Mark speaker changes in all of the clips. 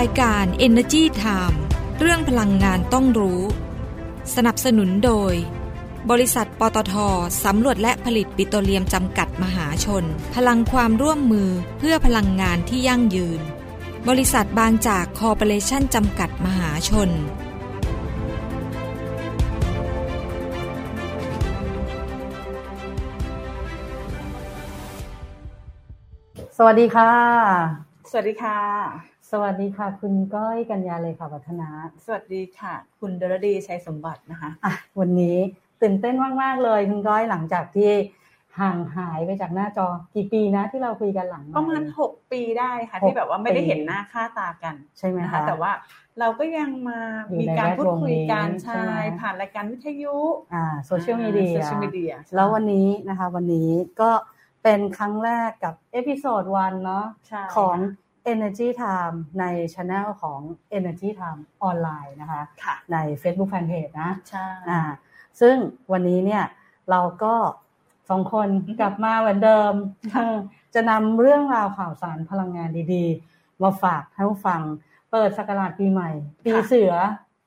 Speaker 1: ายการ Energy Time เรื่องพลังงานต้องรู้ สนับสนุนโดย บริษัทปตทสำรวจและผลิตปิโตรเลียมจำกัดมหาชน พลังความร่วมมือเพื่อพลังงานที่ยั่งยืน บริษัทบางจากคอร์ปอเรชั่นจำกัดมหาชน
Speaker 2: สวัสดีค่ะ
Speaker 3: สวัสดีค่ะ
Speaker 2: สวัสดีค่ะ คุณก้อยกัญญาเลยค่ะวัฒนะ
Speaker 3: สวัสดีค่ะ คุณดรดีชัยสมบัตินะคะ
Speaker 2: อ่ะวันนี้ตื่นเต้นมากๆเลยคุณก้อยหลังจากที่ห่างหายไปจากหน้าจอกี่ปีนะที่เราคุยกันหลังไค์
Speaker 3: ประมาณหกปีได้ค่ะ
Speaker 2: หก
Speaker 3: ที่แบบว่าไม่ได้
Speaker 2: ปี
Speaker 3: เห็นหน้าค่าตากัน
Speaker 2: ใช่ไหม
Speaker 3: นะคะ คะ แต่ว่าเราก็ยังมา
Speaker 2: อยู่
Speaker 3: มี
Speaker 2: ใน
Speaker 3: การพูดคุยกัน
Speaker 2: แวดวงนี้
Speaker 3: ใช่
Speaker 2: ใช่ไหม
Speaker 3: ผ่านรายการวิทยุ
Speaker 2: อ่าโซเชียลมีเดีย
Speaker 3: โซเชียลมีเดีย
Speaker 2: แล้ววันนี้นะคะวันนี้ก็เป็นครั้งแรกกับเอพิโซดวันเนาะ
Speaker 3: ใช่
Speaker 2: ของ Energy Time ใน Channel ของ Energy Time ออนไลน์นะคะ
Speaker 3: ค่ะ
Speaker 2: ใน Facebook Fanpage นะ
Speaker 3: ใช่
Speaker 2: อ่าซึ่งวันนี้เนี่ยเราก็สองคน
Speaker 3: อือฮึ
Speaker 2: กลับมาเหมือนเดิม
Speaker 3: ค่ะ
Speaker 2: เออจะนำเรื่องราวข่าวสารพลังงานดีๆ มาฝากท่านผู้ฟัง เปิดสกราชปีใหม่ ปีเสือ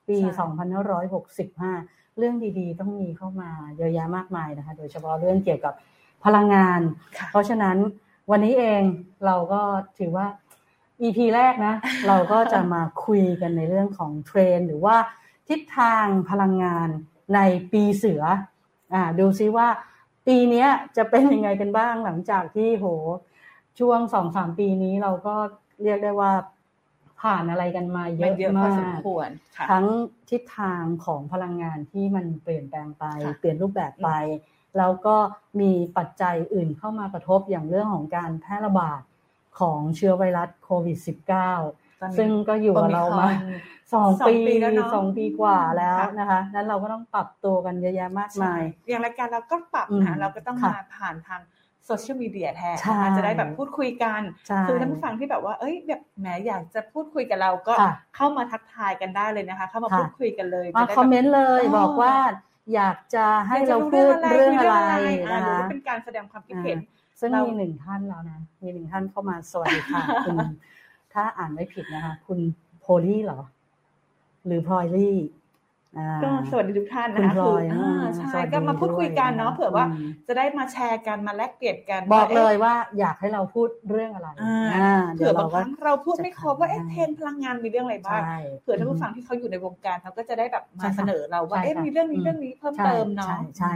Speaker 2: ปี 2565 เรื่องดีๆ ต้องมีเข้ามาเยอะแยะมากมายนะคะ โดยเฉพาะเรื่องเกี่ยวกับพลังงาน
Speaker 3: ค่ะ
Speaker 2: เพราะฉะนั้นวันนี้เองเราก็ถือว่า EP แรกนะ เราก็จะมาคุยกันในเรื่องของเทรนด์หรือว่าทิศทางพลังงานในปีเสืออ่าดูซิว่า ปีเนี้ยจะเป็นยังไงกันบ้างหลังจากที่โห ช่วงสองสามปีนี้เราก็เรียกได้ว่าผ่านอะไรกันมาเย
Speaker 3: มัน
Speaker 2: อะ
Speaker 3: เยอะพ
Speaker 2: มา
Speaker 3: อสม
Speaker 2: ก
Speaker 3: ควรค่ะ
Speaker 2: ทั้งทิศทางของพลังงานที่มันเปลี่ยนแปลงไป
Speaker 3: ค่ะ
Speaker 2: เปลี่ยนรูปแบบไป แล้วก็มีปัจจัยอื่นเข้ามากระทบอย่างเรื่องของการแพร่ระบาดของเชื้อไวรัสโควิด
Speaker 3: ตอน
Speaker 2: -19
Speaker 3: นี้
Speaker 2: ซึ่งก็อยู่กับเรามา
Speaker 3: โอคอน
Speaker 2: สอง
Speaker 3: สอง
Speaker 2: ปี
Speaker 3: ปีแล้วเนอะ
Speaker 2: สองปีกว่าแล้ว
Speaker 3: ค่ะ
Speaker 2: นะคะ นั้นเราก็ต้องปรับตัวกันเยอะแยะมาก
Speaker 3: ใช่
Speaker 2: มาย
Speaker 3: อย่างรายการเราก็ปรับ
Speaker 2: อืม
Speaker 3: นะเราก็ต้อง
Speaker 2: ค่ะ
Speaker 3: มาผ่านทางโซเชียลมีเดียแทน
Speaker 2: ใช่
Speaker 3: นะคะจะได้แบบพูดคุยกัน
Speaker 2: ใช่
Speaker 3: คือท่านผู้ฟังที่แบบว่า เอ้ย แบบแหมอยากจะพูดคุยกับเราก็
Speaker 2: ค่ะ
Speaker 3: เข้ามาทักทายกันได้เลยนะคะ เข้ามา
Speaker 2: ค่ะ
Speaker 3: พูดคุยกันเลย
Speaker 2: มา
Speaker 3: จะได้
Speaker 2: คอมเมนต์เลย
Speaker 3: แบบ
Speaker 2: อกว่าอยากจะให้เราพูดเรื่องอะไร
Speaker 3: อ่า
Speaker 2: นะ
Speaker 3: หรื
Speaker 2: คะ
Speaker 3: อว่าเป็นการแสดงความคิดเห็น
Speaker 2: ซึ่ง
Speaker 3: เรามี
Speaker 2: มีหนึ่งท่านแล้วนะ มีหนึ่งท่านเข้ามาสวัสดี ค่ะ คุณ ถ้าอ่านไม่ผิดนะคะ คุณโพลี่เหรอ หรือพลอยลี่อ่า
Speaker 3: ก็สวัสดีทุกท่าน
Speaker 2: คุ
Speaker 3: นะ
Speaker 2: ณ
Speaker 3: คะ
Speaker 2: พลอย
Speaker 3: คืออ่า
Speaker 2: อ่าส
Speaker 3: ใช่
Speaker 2: วัสดี
Speaker 3: ก็มาพูดคุยกันเนาะ
Speaker 2: ด้ว
Speaker 3: เผื่อว่า
Speaker 2: อืม
Speaker 3: จะได้มาแชร์กัน มาแลกเปลี่ยนกัน
Speaker 2: บอก
Speaker 3: ว่า
Speaker 2: เลย
Speaker 3: อ๊ะ
Speaker 2: ว่าอยากให้เราพูดเรื่องอะไร
Speaker 3: อ่า
Speaker 2: อ่า
Speaker 3: เผื่อบางค
Speaker 2: ก็
Speaker 3: รั้งเราพูดไม่ครบว่า เอ๊ะ
Speaker 2: จะ
Speaker 3: เทรนด์พลังงานมีเรื่องอะไรบ้าง
Speaker 2: ใช่
Speaker 3: เผื่อท่านผู้ฟังที่เขาอยู่ในวงการเขาก็จะได้แบบ
Speaker 2: ใช่
Speaker 3: มา
Speaker 2: ค่ะ
Speaker 3: เสนอเราว่า
Speaker 2: ใช่
Speaker 3: เอ๊ะ
Speaker 2: ค่ะ
Speaker 3: มีเรื่องนี้
Speaker 2: อืม
Speaker 3: เรื่องนี้เพิ่ม
Speaker 2: ใช่
Speaker 3: เติมเนาะ
Speaker 2: ใช่ใช่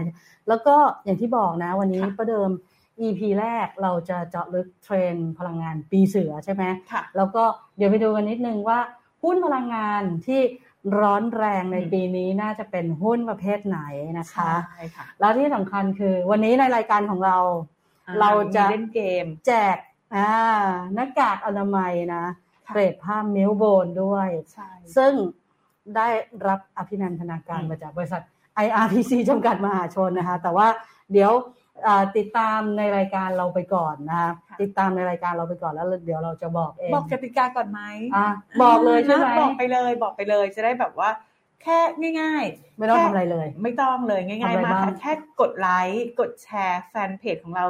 Speaker 2: แล้วก็อย่างที่บอกนะ วันนี้
Speaker 3: ค่ะ
Speaker 2: ประเดิม EP แรกเราจะเจาะลึกเทรนด์พลังงานปีเสือใช่ไหม
Speaker 3: ค่ะ
Speaker 2: แล้วก็เดี๋ยวไปดูกันนิดนึงว่าหุ้นพลังงานที่ร้อนแรงใน
Speaker 3: อืม
Speaker 2: ปีนี้น่าจะเป็นหุ้นประเภทไหนนะคะ
Speaker 3: ใช่ค่ะ
Speaker 2: แล้วที่สำคัญคือวันนี้ในรายการของเรา เราจะ
Speaker 3: มีเล่นเกม
Speaker 2: แจกอ่าหน้ากากอนามัยนะ
Speaker 3: ค่ะ
Speaker 2: เกรดผ้าเมลโบนด้วย
Speaker 3: ใช่
Speaker 2: ซึ่งได้รับอภินันทนาการ
Speaker 3: อืม
Speaker 2: มาจากบริษัท IRPC จำกัดมหาชนนะคะ แต่ว่าเดี๋ยวอ่าติดตามในรายการเราไปก่อนนะคะติดตามในรายการเราไปก่อนแล้วเดี๋ยวเราจะบอกเอง
Speaker 3: บอกกติกาก่อนไหม
Speaker 2: อ่ะบอกเลยใช่ไหม
Speaker 3: นะบอกไปเลยบอกไปเลยจะได้แบบว่า แค่ง่าย
Speaker 2: ไม่ต้อง
Speaker 3: แค่
Speaker 2: ทำอะไรเลย
Speaker 3: ๆ ไม่ต้องเลยง่าย
Speaker 2: ทำอะไร
Speaker 3: ๆ มาก
Speaker 2: บ้าง
Speaker 3: ค่ะแค่กดไลค์กดแชร์แฟนเพจของเรา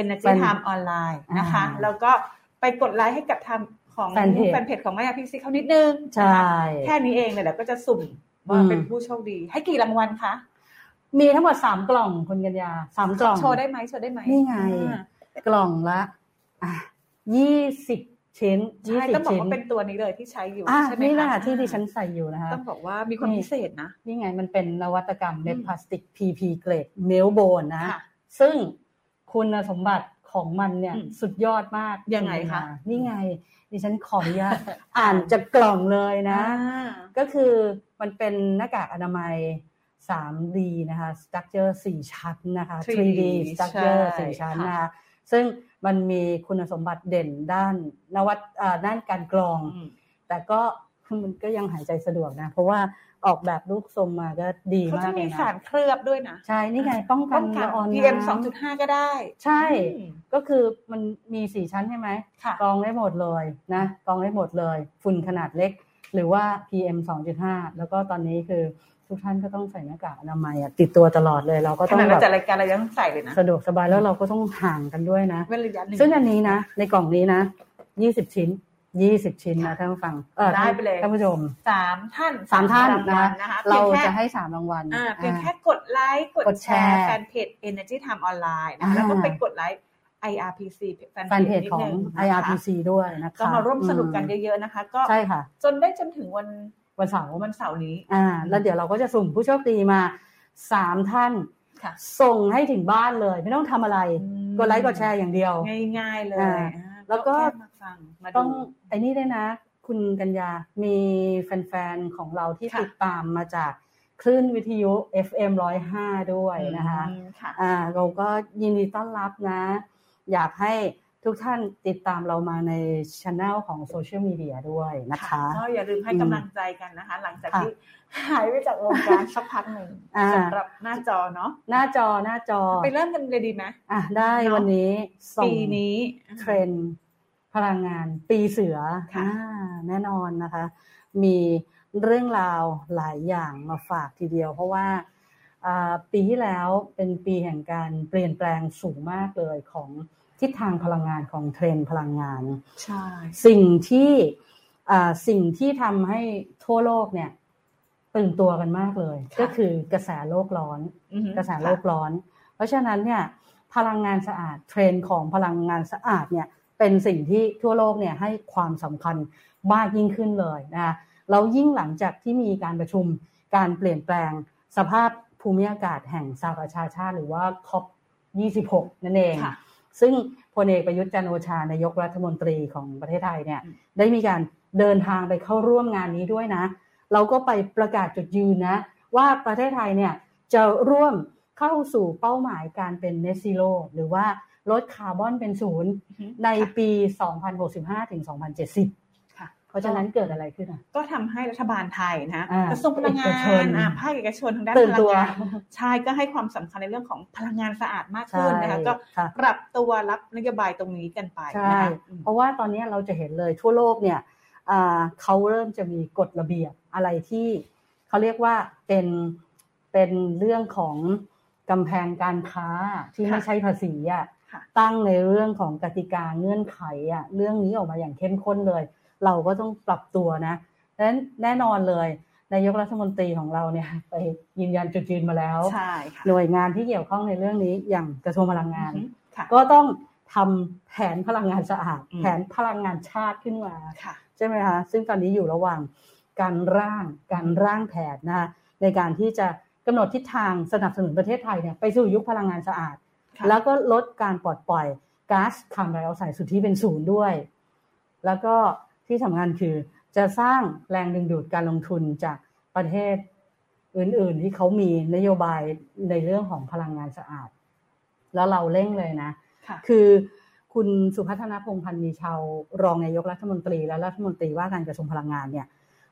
Speaker 3: Energy
Speaker 2: แฟน
Speaker 3: Time Online นะคะ
Speaker 2: อ่า
Speaker 3: แล้วก็ไปกดไลค์ให้กับทางของ
Speaker 2: แฟนเพจ
Speaker 3: แฟนเพจของแม่ยาพิกซี่เขานิดนึง
Speaker 2: ใช่
Speaker 3: แค่นี้เองเนี่ยเดี๋ยวก็จะสุ่มว่า
Speaker 2: อืม
Speaker 3: เป็นผู้โชคดี ให้กี่รางวัลคะ
Speaker 2: มีทั้งหมดสามกล่องคุณกัญญาสามกล่อง
Speaker 3: โชว์ได้ไหมโชว์ได้ไหม
Speaker 2: นี่ไง
Speaker 3: อ่าก
Speaker 2: ล่องละยี่สิบชิ้นยี่
Speaker 3: ใช่
Speaker 2: สิบ
Speaker 3: ต้องบ
Speaker 2: ชิ้น
Speaker 3: อกว่าเป็นตัวนี้เลยที่ใช้อยู่
Speaker 2: อ่ะ
Speaker 3: ใช่ไหม
Speaker 2: นี่แหละ
Speaker 3: คะ
Speaker 2: ที่ดิฉันใส่อยู่นะคะ
Speaker 3: ต้องบอกว่ามีความพิเศษนะ
Speaker 2: นี่ไงมันเป็นนวัตกรรมเม็ด
Speaker 3: อืม
Speaker 2: พลาสติก PP เกรดเมลโบนนะ
Speaker 3: ค่ะ
Speaker 2: ซึ่งคุณสมบัติของมันเนี่ย
Speaker 3: อืม
Speaker 2: สุดยอดมาก
Speaker 3: ยังไงคะ
Speaker 2: นี่ไง ดิฉันขออนุ ญาตอ่านจากกล่องเลยนะ
Speaker 3: อ่า
Speaker 2: ก็คือมันเป็นหน้ากากอนามัย 3D นะคะ structure 4 ชั้นนะคะ
Speaker 3: 3D ใช่
Speaker 2: structure 4 ชั้นนะคะซึ่งมันมีคุณสมบัติเด่นด้านนวัตอ่าด้านการกรอง
Speaker 3: อืม
Speaker 2: แต่ก็มันก็ยังหายใจสะดวกนะ เพราะว่าออกแบบลูกทรงมาก็ดี
Speaker 3: เขา
Speaker 2: มา
Speaker 3: จะ
Speaker 2: กเล
Speaker 3: มี
Speaker 2: ย
Speaker 3: สาร
Speaker 2: นะ
Speaker 3: เคลือบด้วยนะ
Speaker 2: ใช่ นี่ไงป้องกั
Speaker 3: ป้
Speaker 2: น
Speaker 3: องกั
Speaker 2: ละ
Speaker 3: น
Speaker 2: อองน้ำ
Speaker 3: PM 2.5 ก็ได้
Speaker 2: ใช่
Speaker 3: อืม
Speaker 2: ก็คือมันมีสี่ชั้นใช่ไหม
Speaker 3: ค่ะ
Speaker 2: กรองได้หมดเลยนะกรองได้หมดเลย ฝุ่นขนาดเล็ก หรือว่า PM 2.5 แล้วก็ตอนนี้คือทุกท่านก็ต้องใส่หน้ากากอนามัยอะติดตัวตลอดเลย เราก็
Speaker 3: ข
Speaker 2: ต้อง
Speaker 3: นาด
Speaker 2: แบ
Speaker 3: เรา
Speaker 2: บ
Speaker 3: จัดรายการเรายังใส่เลยนะ
Speaker 2: สะดวกสบายแล้วเราก็ต้องห่างกันด้วยนะ
Speaker 3: เว้นระยะหนึ่ง
Speaker 2: ซึ่งอันนี้นะ ในกล่องนี้นะ 20 ชิ้น ยี่สิบชิ้นนะท่านผู้ฟังอ่อ
Speaker 3: ได้ไปเลย
Speaker 2: ท่านผู้ชม
Speaker 3: สามท่าน
Speaker 2: สามท่าน
Speaker 3: รางวั
Speaker 2: นะ
Speaker 3: ลนะคะ
Speaker 2: เรา
Speaker 3: พียงแค่
Speaker 2: จะให้สามรางวัล
Speaker 3: อ่าเพียงแค่กดไลค์ก
Speaker 2: ก
Speaker 3: ด
Speaker 2: ด
Speaker 3: แช
Speaker 2: แชร์
Speaker 3: ร์แฟนเพจ Energy Time Online นะ
Speaker 2: อ่า
Speaker 3: แล้วก็ไปกดไลค์ IRPC แฟน
Speaker 2: แฟนเพจ
Speaker 3: นิด
Speaker 2: ของ
Speaker 3: นึนะคะ
Speaker 2: IRPC ด้วยนะคะ
Speaker 3: ก็มาร่วมสนุกกันเยอะๆนะคะ ก็
Speaker 2: ใช่ค่ะ
Speaker 3: จนได้จนถึงวัน
Speaker 2: วันเสาร์
Speaker 3: วันเสาร์นี้
Speaker 2: อ่า แล้วเดี๋ยวเราก็จะสุ่มผู้โชคดีมาสามท่าน
Speaker 3: ค่ะ
Speaker 2: ส่งให้ถึงบ้านเลย ไม่ต้องทำอะไร กดไลค์กดแชร์อย่างเดียว
Speaker 3: ง่ายๆเลย
Speaker 2: อ่า
Speaker 3: อ่า
Speaker 2: แล้วก็
Speaker 3: ค่มาฟังมา
Speaker 2: ต้อ
Speaker 3: ดู
Speaker 2: งไอ้นี่ด้วยนะ คุณกัญญา มีแฟนๆ ของเราที่
Speaker 3: ค่ะ
Speaker 2: ติดตามมาจากคลื่นวิทยุ FM 105 ด้วยนะคะ
Speaker 3: อืมค่ะ
Speaker 2: อ่าเราก็ยินดีต้อนรับนะ อยากให้ทุกท่านติดตามเรามาในช anel ของโซเชียลมีเดียด้วยนะคะ
Speaker 3: ก็อย่าลืมให้กำลังใจกันนะคะ หลังจาก
Speaker 2: ค่ะ
Speaker 3: ที่หายไปจากวงการ สักพักหนึ่ง
Speaker 2: อ่า
Speaker 3: สำหรับหน้าจอเนาะ
Speaker 2: หน้าจอหน้าจอ
Speaker 3: ไปเริ่มกันเลยดีไหม
Speaker 2: อ่ะได้
Speaker 3: เนอะ
Speaker 2: วันนี้ส่ง
Speaker 3: ปีนี้
Speaker 2: เทรนด์พลังงานปีเสือ
Speaker 3: ค่ะ
Speaker 2: อ่าแน่นอนนะคะ มีเรื่องราวหลายอย่างมาฝากทีเดียว เพราะว่าอ่าปีที่แล้วเป็นปีแห่งการเปลี่ยนแปลงสูงมากเลยของทิศทางพลังงานของเทรนด์พลังงาน
Speaker 3: ใช่
Speaker 2: สิ่งที่อ่าสิ่งที่ทำให้ทั่วโลกเนี่ยตื่นตัวกันมากเลย ก็คือกระแสโลกร้อน
Speaker 3: อือหือ
Speaker 2: กระแสโลกร้อน เพราะฉะนั้นเนี่ยพลังงานสะอาดเทรนด์ของพลังงานสะอาดเนี่ยเป็นสิ่งที่ทั่วโลกเนี่ยให้ความสำคัญมากยิ่งขึ้นเลยนะคะเรายิ่งหลังจากที่มีการประชุมการเปลี่ยนแปลงสภาพภูมิอากาศแห่งสหประชาชาติหรือว่า COP 26 นั่นเอง
Speaker 3: ค่ะ
Speaker 2: ซึ่งพลเอกประยุทธ์จันทร์โอชานายกรัฐมนตรีของประเทศไทยเนี่ย
Speaker 3: อืม
Speaker 2: ได้มีการเดินทางไปเข้าร่วมงานนี้ด้วยนะ เราก็ไปประกาศจุดยืนนะ ว่าประเทศไทยเนี่ยจะร่วมเข้าสู่เป้าหมายการเป็น net zero หรือว่าลดคาร์บอนเป็นศูนย์
Speaker 3: อือหือ
Speaker 2: ในปี 2065 ถึง 2070
Speaker 3: ค่ะ
Speaker 2: เพราะฉะนั้นเกิดอะไรขึ้นอ่ะ
Speaker 3: ก็ทำให้รัฐบาลไทยนะ
Speaker 2: อ่าก
Speaker 3: ระทรวงพลัง
Speaker 2: เอ
Speaker 3: งา
Speaker 2: กช
Speaker 3: น
Speaker 2: น
Speaker 3: อ่าภาคเอกชนทางด้าน
Speaker 2: ตื่น
Speaker 3: พลั
Speaker 2: ตัว
Speaker 3: งงานใช่ก็ให้ความสำคัญในเรื่องของพลังงานสะอาดมากขึ้นนะคะก็
Speaker 2: ค่ะ
Speaker 3: ปรับตัวรับนโยบายตรงนี้กันไป
Speaker 2: ใช่
Speaker 3: นะคะอืม
Speaker 2: เพราะว่าตอนนี้เราจะเห็นเลยทั่วโลกเนี่ยอ่าเขาเริ่มจะมีกฎระเบียบอะไรที่เขาเรียกว่าเป็นเป็นเรื่องของกำแพงการค้าที่
Speaker 3: ค่ะ
Speaker 2: ไม่ใช่ภาษีอ่ะ
Speaker 3: ค่ะ
Speaker 2: ตั้งในเรื่องของกติกาเงื่อนไขอ่ะเรื่องนี้ออกมาอย่างเข้มข้นเลย เราก็ต้องปรับตัวนะดังนั้นแน่นอนเลยนายกรัฐมนตรีของเราเนี่ยไปยืนยันจุดยืนมาแล้ว
Speaker 3: ใช่ค่ะ
Speaker 2: หน่วยงานที่เกี่ยวข้องในเรื่องนี้อย่างกระทรวงพลังงาน
Speaker 3: อือหือค่ะ
Speaker 2: ก็ต้องทำแผนพลังงานสะอาด
Speaker 3: อืม
Speaker 2: แผนพลังงานชาติขึ้นมา
Speaker 3: ค่ะ
Speaker 2: ใช่ไหมคะซึ่งตอนนี้อยู่ระหว่างการร่างการร่างแผนนะคะในการที่จะกำหนดทิศทางสนับสนุนประเทศไทยเนี่ยไปสู่ยุคพลังงานสะอาด
Speaker 3: ค่ะ
Speaker 2: แล้วก็ลดการปลดปล่อยก๊าซคาร์บอนไดออกไซด์สุทธิเป็นศูนย์ด้วย แล้วก็ที่สำคัญคือจะสร้างแรงดึงดูดการลงทุนจากประเทศอื่นๆ ที่เขามีนโยบายในเรื่องของพลังงานสะอาด แล้วเราเร่งเลยนะ
Speaker 3: ค่ะ
Speaker 2: คือคุณสุพัฒนพงษ์พันธ์มีชาวรองนายกรัฐมนตรี และรัฐมนตรีว่าการกระทรวงพลังงานเนี่ย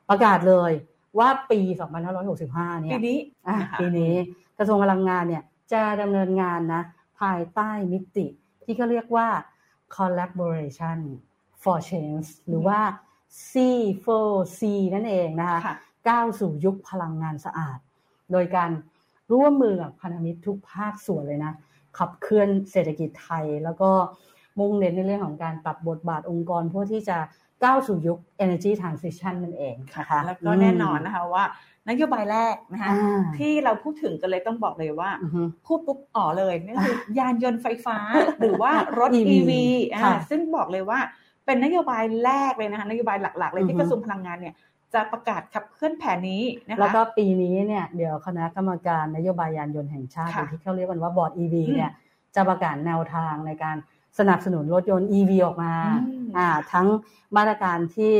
Speaker 2: ประกาศเลยว่าปี 2565 เนี่ย
Speaker 3: ปีนี้
Speaker 2: อ่ะ
Speaker 3: ะคะ
Speaker 2: ปีนี้กระทรวงพลังงานเนี่ยจะดำเนินงานนะ ภายใต้มิติที่เขาเรียกว่า collaboration for change หรือว่า C4C นั่นเองนะคะ
Speaker 3: ค่ะ
Speaker 2: ก้าวสู่ยุคพลังงานสะอาด โดยการร่วมมือกับพันธมิตรทุกภาคส่วนเลยนะ ขับเคลื่อนเศรษฐกิจไทย แล้วก็มุ่งเน้นในเรื่องของการปรับบทบาทองค์กร เพื่อที่จะก้าวสู่ยุค energy transition นั่นเองนะคะ
Speaker 3: แล้วก็แน่นอนนะคะว่านโยบายแรกนะคะ
Speaker 2: อ่า
Speaker 3: ที่เราพูดถึงกันเลยต้องบอกเลยว่า
Speaker 2: อือฮึ
Speaker 3: พูดปุ๊บอ๋อเลยนั่นคือยานยนต์ไฟ ฟ้า หรือว่ารถ
Speaker 2: EV
Speaker 3: EV
Speaker 2: ค่ะ
Speaker 3: อ่าซึ่งบอกเลยว่าเป็นนโยบายแรกเลยนะคะนโยบายหลัก ๆ เลยที่
Speaker 2: อือฮึ
Speaker 3: กระทรวงพลังงานเนี่ยจะประกาศขับเคลื่อนแผนนี้นะคะ
Speaker 2: แล้วก็ปีนี้เนี่ยเดี๋ยวคณะกรรมการนโยบายยานยนต์แห่งชาติห
Speaker 3: ค่ะ
Speaker 2: รือที่เขาเรียกกันว่าบอร์ด EV
Speaker 3: อืม
Speaker 2: เนี่ยจะประกาศแนวทางในการสนับสนุนรถยนต์ EV ออกมา
Speaker 3: อืม
Speaker 2: อ่าทั้งมาตรการที่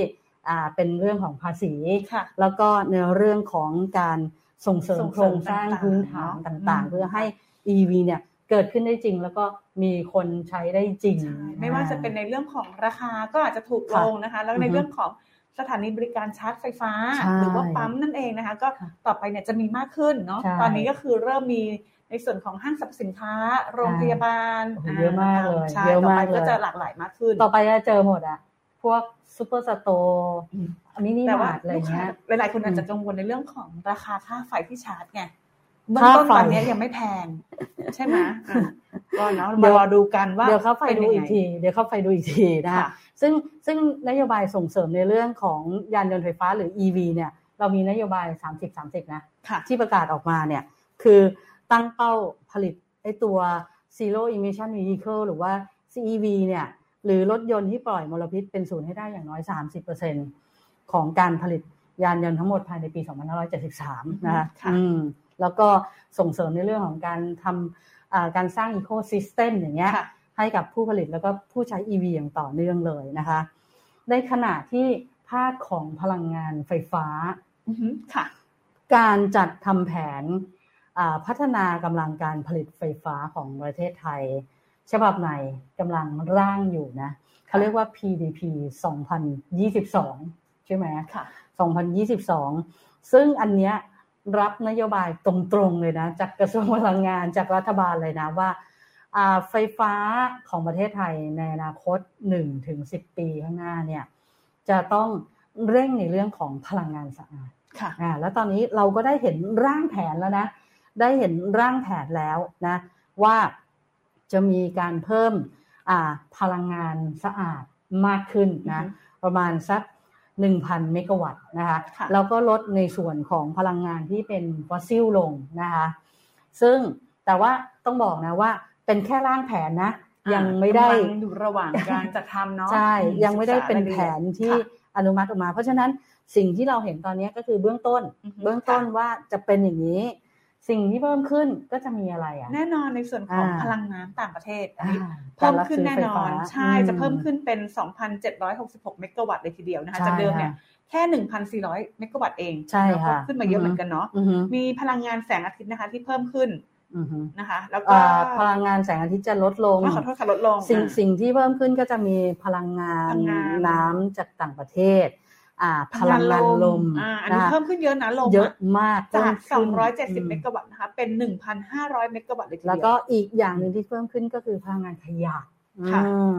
Speaker 2: อ่าเป็นเรื่องของภาษี
Speaker 3: ค่ะ
Speaker 2: แล้วก็ในเรื่องของการส่งเสริ
Speaker 3: ส่
Speaker 2: ม
Speaker 3: ง
Speaker 2: โค
Speaker 3: เสริ
Speaker 2: ร
Speaker 3: ม
Speaker 2: งสร้าง
Speaker 3: ต่าง
Speaker 2: พื้
Speaker 3: ๆ
Speaker 2: นฐาน
Speaker 3: เนอะ
Speaker 2: ต่าง
Speaker 3: อื
Speaker 2: ๆ
Speaker 3: ม
Speaker 2: เพื่อให้ EV เนี่ยเกิดขึ้นได้จริง แล้วก็มีคนใช้ได้จริง
Speaker 3: ใช่ไม่ว่าจะเป็นในเรื่องของราคาก็อาจจะถูกลงนะคะ แล้วใน
Speaker 2: อือฮึ
Speaker 3: เรื่องของสถานีบริการชาร์จไฟฟ้า
Speaker 2: ใช่
Speaker 3: หรือว่าปั๊มนั่นเองนะคะ ก็
Speaker 2: ค่ะ
Speaker 3: ต่อไปเนี่ยจะมีมากขึ้นเนาะ
Speaker 2: ใช่
Speaker 3: ตอนนี้ก็คือเริ่มมีในส่วนของห้างสรรพสินค้า โรงพยาบาล
Speaker 2: โอ้โหเยอะมากเลย
Speaker 3: ใช่
Speaker 2: เยอะ
Speaker 3: ต่อไป
Speaker 2: มากเลย
Speaker 3: ก็จะหลากหลายมากขึ้น
Speaker 2: ต่อไปจะเจอหมดอะพวกซูเปอร์สโตร์
Speaker 3: อืม
Speaker 2: มินิ
Speaker 3: แต่ว่า
Speaker 2: มาร์ทอะไร
Speaker 3: ลูกค้า
Speaker 2: เงี้ย
Speaker 3: หลายๆคนอาจจะ
Speaker 2: อืม
Speaker 3: กังวลในเรื่องของราคาค่าไฟที่ชาร์จไง เบื้องต้นตอนนี้ยังไม่แพง ใช่ไหมอ่ะก็เนาะ
Speaker 2: เดี๋
Speaker 3: มา
Speaker 2: ยว
Speaker 3: รอดูกันว่า
Speaker 2: เดี๋ยวเข้าไป
Speaker 3: น
Speaker 2: ดู
Speaker 3: ยัง
Speaker 2: อี
Speaker 3: ง
Speaker 2: กที เดี๋ยวเข้าไปดูอีกทีนะ
Speaker 3: ค่ะ
Speaker 2: คะ ซึ่งซึ่งนโยบายส่งเสริมในเรื่องของยานยนต์ไฟฟ้าหรือ EV เนี่ย เรามีนโยบาย 30 30 นะ
Speaker 3: ค่ะ
Speaker 2: ที่ประกาศออกมาเนี่ย คือตั้งเป้าผลิตไอตัว zero emission vehicle หรือว่า CEV เนี่ย หรือรถยนต์ที่ปล่อยมลพิษเป็นศูนย์ให้ได้อย่างน้อย 30%ของการผลิตยานยนต์ทั้งหมดภายในปี 2573 นะคะ
Speaker 3: ค่ะ
Speaker 2: อืมแล้วก็ส่งเสริมในเรื่องของการทำอ่าการสร้าง ecosystem อย่างเงี้ย
Speaker 3: ค่ะ
Speaker 2: ให้กับผู้ผลิตแล้วก็ผู้ใช้ EV อย่างต่อเนื่องเลยนะคะ ในขณะที่ภาคของพลังงานไฟฟ้า
Speaker 3: อือหือค่ะ
Speaker 2: การจัดทำแผนอ่าพัฒนากำลังการผลิตไฟฟ้าของประเทศไทย ฉบับใหม่กำลังร่างอยู่นะ เขาเรียกว่า PDP 2022 ใช่ไหม
Speaker 3: ค่ะ
Speaker 2: 2022 ซึ่งอันเนี้ยรับนโยบายตรงๆเลยนะ จากกระทรวงพลังงานจากรัฐบาลเลยนะว่าอ่าไฟฟ้าของประเทศไทยในอนาคต 1-10 ปีข้างหน้าเนี่ยจะต้องเร่งในเรื่องของพลังงานสะอาด
Speaker 3: ค่ะ
Speaker 2: อ่าแล้วตอนนี้เราก็ได้เห็นร่างแผนแล้วนะ ได้เห็นร่างแผนแล้วนะ ว่าจะมีการเพิ่มอ่าพลังงานสะอาดมากขึ้นนะ
Speaker 3: อือฮึ
Speaker 2: ประมาณสัก 1,000 เมกะวัตต์นะคะ
Speaker 3: ค่ะ
Speaker 2: แล้วก็ลดในส่วนของพลังงานที่เป็นฟอสซิลลงนะคะ ซึ่งแต่ว่าต้องบอกนะว่าเป็นแค่ร่างแผนนะ ยังไม่ได้
Speaker 3: กำลังอยู่ระหว่างการจัดทำเนาะ
Speaker 2: ใช่
Speaker 3: อื
Speaker 2: ยังไม่ได้เป็น
Speaker 3: ศึ
Speaker 2: แผ
Speaker 3: กษารายละ
Speaker 2: น
Speaker 3: อียด
Speaker 2: ที่
Speaker 3: ค่ะ
Speaker 2: อนุมัติออกมา เพราะฉะนั้นสิ่งที่เราเห็นตอนนี้ก็คือเบื้องต้น
Speaker 3: อือหื
Speaker 2: เบื้องต้นว่าจะเป็นอย่างนี้ สิ่งที่เพิ่มขึ้นก็จะมีอะไรอ่ะ
Speaker 3: แน่นอนในส่วนของ
Speaker 2: อ่า
Speaker 3: พลังงานต่างประเทศอัน
Speaker 2: อ่า
Speaker 3: นี้เพิ่
Speaker 2: การ
Speaker 3: ม
Speaker 2: รับ
Speaker 3: ขึ้น
Speaker 2: ซื้
Speaker 3: แน่
Speaker 2: ไฟ
Speaker 3: นอ
Speaker 2: ฟ้าน
Speaker 3: ใช่จะเพิ่ม
Speaker 2: อื
Speaker 3: ขึ้นเป็น 2,766 เมกะวัตต์เลยทีเดียวนะคะ
Speaker 2: ใช่
Speaker 3: จากเดิมเนี่ย
Speaker 2: ค่ะ
Speaker 3: แค่ 1,400 เมกะวัตต์เอง
Speaker 2: ใช่
Speaker 3: แล้วก็
Speaker 2: ค่ะ
Speaker 3: ขึ้นมาเยอะ
Speaker 2: อือฮึ
Speaker 3: เหมือนกันเนาะ
Speaker 2: อือฮึ
Speaker 3: มีพลังงานแสงอาทิตย์นะคะที่เพิ่มขึ้น
Speaker 2: อือฮึ
Speaker 3: นะคะ แล้วก็
Speaker 2: อ่าพลังงานแสงอาทิตย์จะลดลง
Speaker 3: อ๋อขอโทษค่ะลดลง
Speaker 2: สิ่ง
Speaker 3: อ่า
Speaker 2: สิ่งที่เพิ่มขึ้นก็จะมีพลังงาน
Speaker 3: พลังงาน
Speaker 2: น้ำจากต่างประเทศ อ่า พลังงานลม
Speaker 3: อ่าอันนี้
Speaker 2: ะ
Speaker 3: เพิ่มขึ้นเยอะนะลม
Speaker 2: เยอะมาก
Speaker 3: จา
Speaker 2: เพิ่
Speaker 3: ก
Speaker 2: มขึ้น
Speaker 3: 270
Speaker 2: อื
Speaker 3: เมกะวัตต์นะคะเป็น 1,500 เมกะวัตต์เลยทีเดียว
Speaker 2: แล้วก็อีกอย่างหนึ่งที่เพิ่มขึ้นก็คือพลังงานขยะ
Speaker 3: ค่ะ
Speaker 2: อืม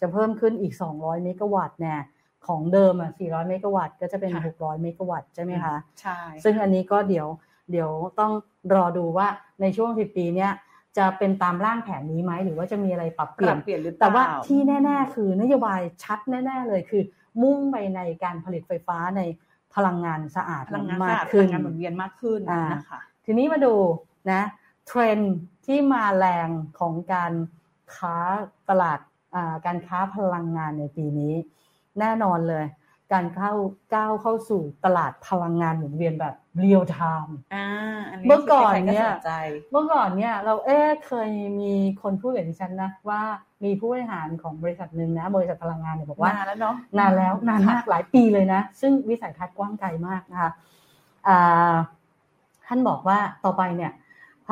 Speaker 2: จะเพิ่มขึ้นอีก 200 เมกะวัตต์เนี่ยของเดิมอ่ะ 400 เมกะวัตต์ก็จะเป็น 600 เมกะวัตต์ใช่ไหมคะ
Speaker 3: ใช่
Speaker 2: ซึ่งอันนี้ก็เดี๋ยวเดี๋ยวต้องรอดูว่าในช่วง 10 ปีเนี้ยจะเป็นตามร่างแผนนี้ไหมหรือว่าจะมีอะไรปรับเป
Speaker 3: ป
Speaker 2: ลี่ย
Speaker 3: รั
Speaker 2: น
Speaker 3: บเปลี่ยนหรือเปล่า
Speaker 2: แต่ว่าที่แน่ ๆ คือนโยบายชัดแน่ ๆ เลยคือ มุ่งไปในการผลิตไฟฟ้าในพลังงานสะอาด
Speaker 3: พลังงาน
Speaker 2: มา
Speaker 3: สะ
Speaker 2: ก
Speaker 3: อาดพ
Speaker 2: ขึ้
Speaker 3: ลั
Speaker 2: น
Speaker 3: งงานหมุนเวียนมากขึ้น
Speaker 2: อ่าน
Speaker 3: นะคะ
Speaker 2: ทีนี้มาดูนะเทรนด์ที่มาแรงของการค้าตลาดอ่าการค้าพลังงานในปีนี้ แน่นอนเลย การเข้าก้าวเข้าสู่ตลาดพลังงานหมุนเวียนแบบเรียลไทม์
Speaker 3: อ่านี้
Speaker 2: เมื่อก่อนเนี่ย
Speaker 3: ใครๆสใจ
Speaker 2: เมื่อก่อนเนี่ยเราเอ๊ะเคยมีคนพูดกับดิฉันนะว่ามีผู้บริหารของบริษัทหนึ่งนะ บริษัทพลังงานเนี่ยบอกว่า
Speaker 3: นานแล้วเนาะ
Speaker 2: นานแล้วนานมากหลายปีเลยนะ ซึ่งวิสัยทัศน์กว้างไกลมากนะคะอ่าท่านบอกว่าต่อไปเนี่ย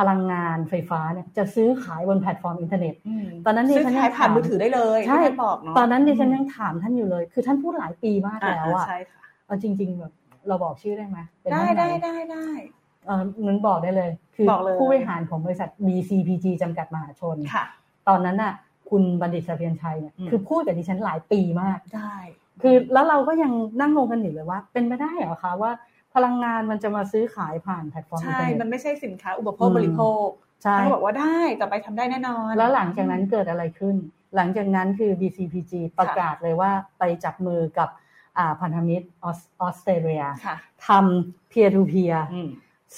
Speaker 2: พลังงานไฟฟ้าเนี่ยจะซื้อขายบนแพลตฟอร์มอินเทอร์เน็ต
Speaker 3: อืม
Speaker 2: ตอนนั้นดิ
Speaker 3: ซื้อ
Speaker 2: ฉันยัง
Speaker 3: ขายผ่านมือถือได้เลย
Speaker 2: ใช่
Speaker 3: ที่ท่านบอกเนาะ
Speaker 2: ตอนนั้นดิฉันยังถามท่านอยู่เลย คือท่านพูดหลายปีมาก
Speaker 3: อ่า
Speaker 2: แล้วอะ
Speaker 3: ใช่ค่ะ
Speaker 2: เอาจริง ๆ แบบเราบอกชื่อได้ไหมเป็น
Speaker 3: ได้
Speaker 2: ท่านหน
Speaker 3: ได้ได้ได้
Speaker 2: เออหนุนบอกได้เลย คือ
Speaker 3: บอกเลย
Speaker 2: ผู้บริหารของบริษัท BCPG จำกัดมหาชน
Speaker 3: ค่ะ
Speaker 2: ตอนนั้นน่ะ คุณบัณฑิตเสเพียรชัยเนี่ย
Speaker 3: อืม
Speaker 2: คือพูดกับดิฉันหลายปีมาก
Speaker 3: ได้
Speaker 2: คือแล้วเราก็ยังนั่งงงกันอยู่เลยว่า เป็นไปได้เหรอคะว่าพลังงานมันจะมาซื้อขายผ่านแพลตฟอร์มอิน
Speaker 3: ใช่
Speaker 2: เทอร์เน็
Speaker 3: มัน
Speaker 2: ต
Speaker 3: ไม่ใช่สินค้าอุปโภ
Speaker 2: อื
Speaker 3: ค
Speaker 2: ม
Speaker 3: บริโภค
Speaker 2: ใช่
Speaker 3: เขาบอกว่าได้ต่อไปทำได้แน่นอน
Speaker 2: แล้วหลังจากนั้นเกิดอะไรขึ้น หลังจากนั้นคือ BCPG ประกาศเลยว่าไปจับมือกับอ่าพันธมิตรออสออสเตรเลีย
Speaker 3: ค่ะ
Speaker 2: ทำ peer to peer
Speaker 3: อืม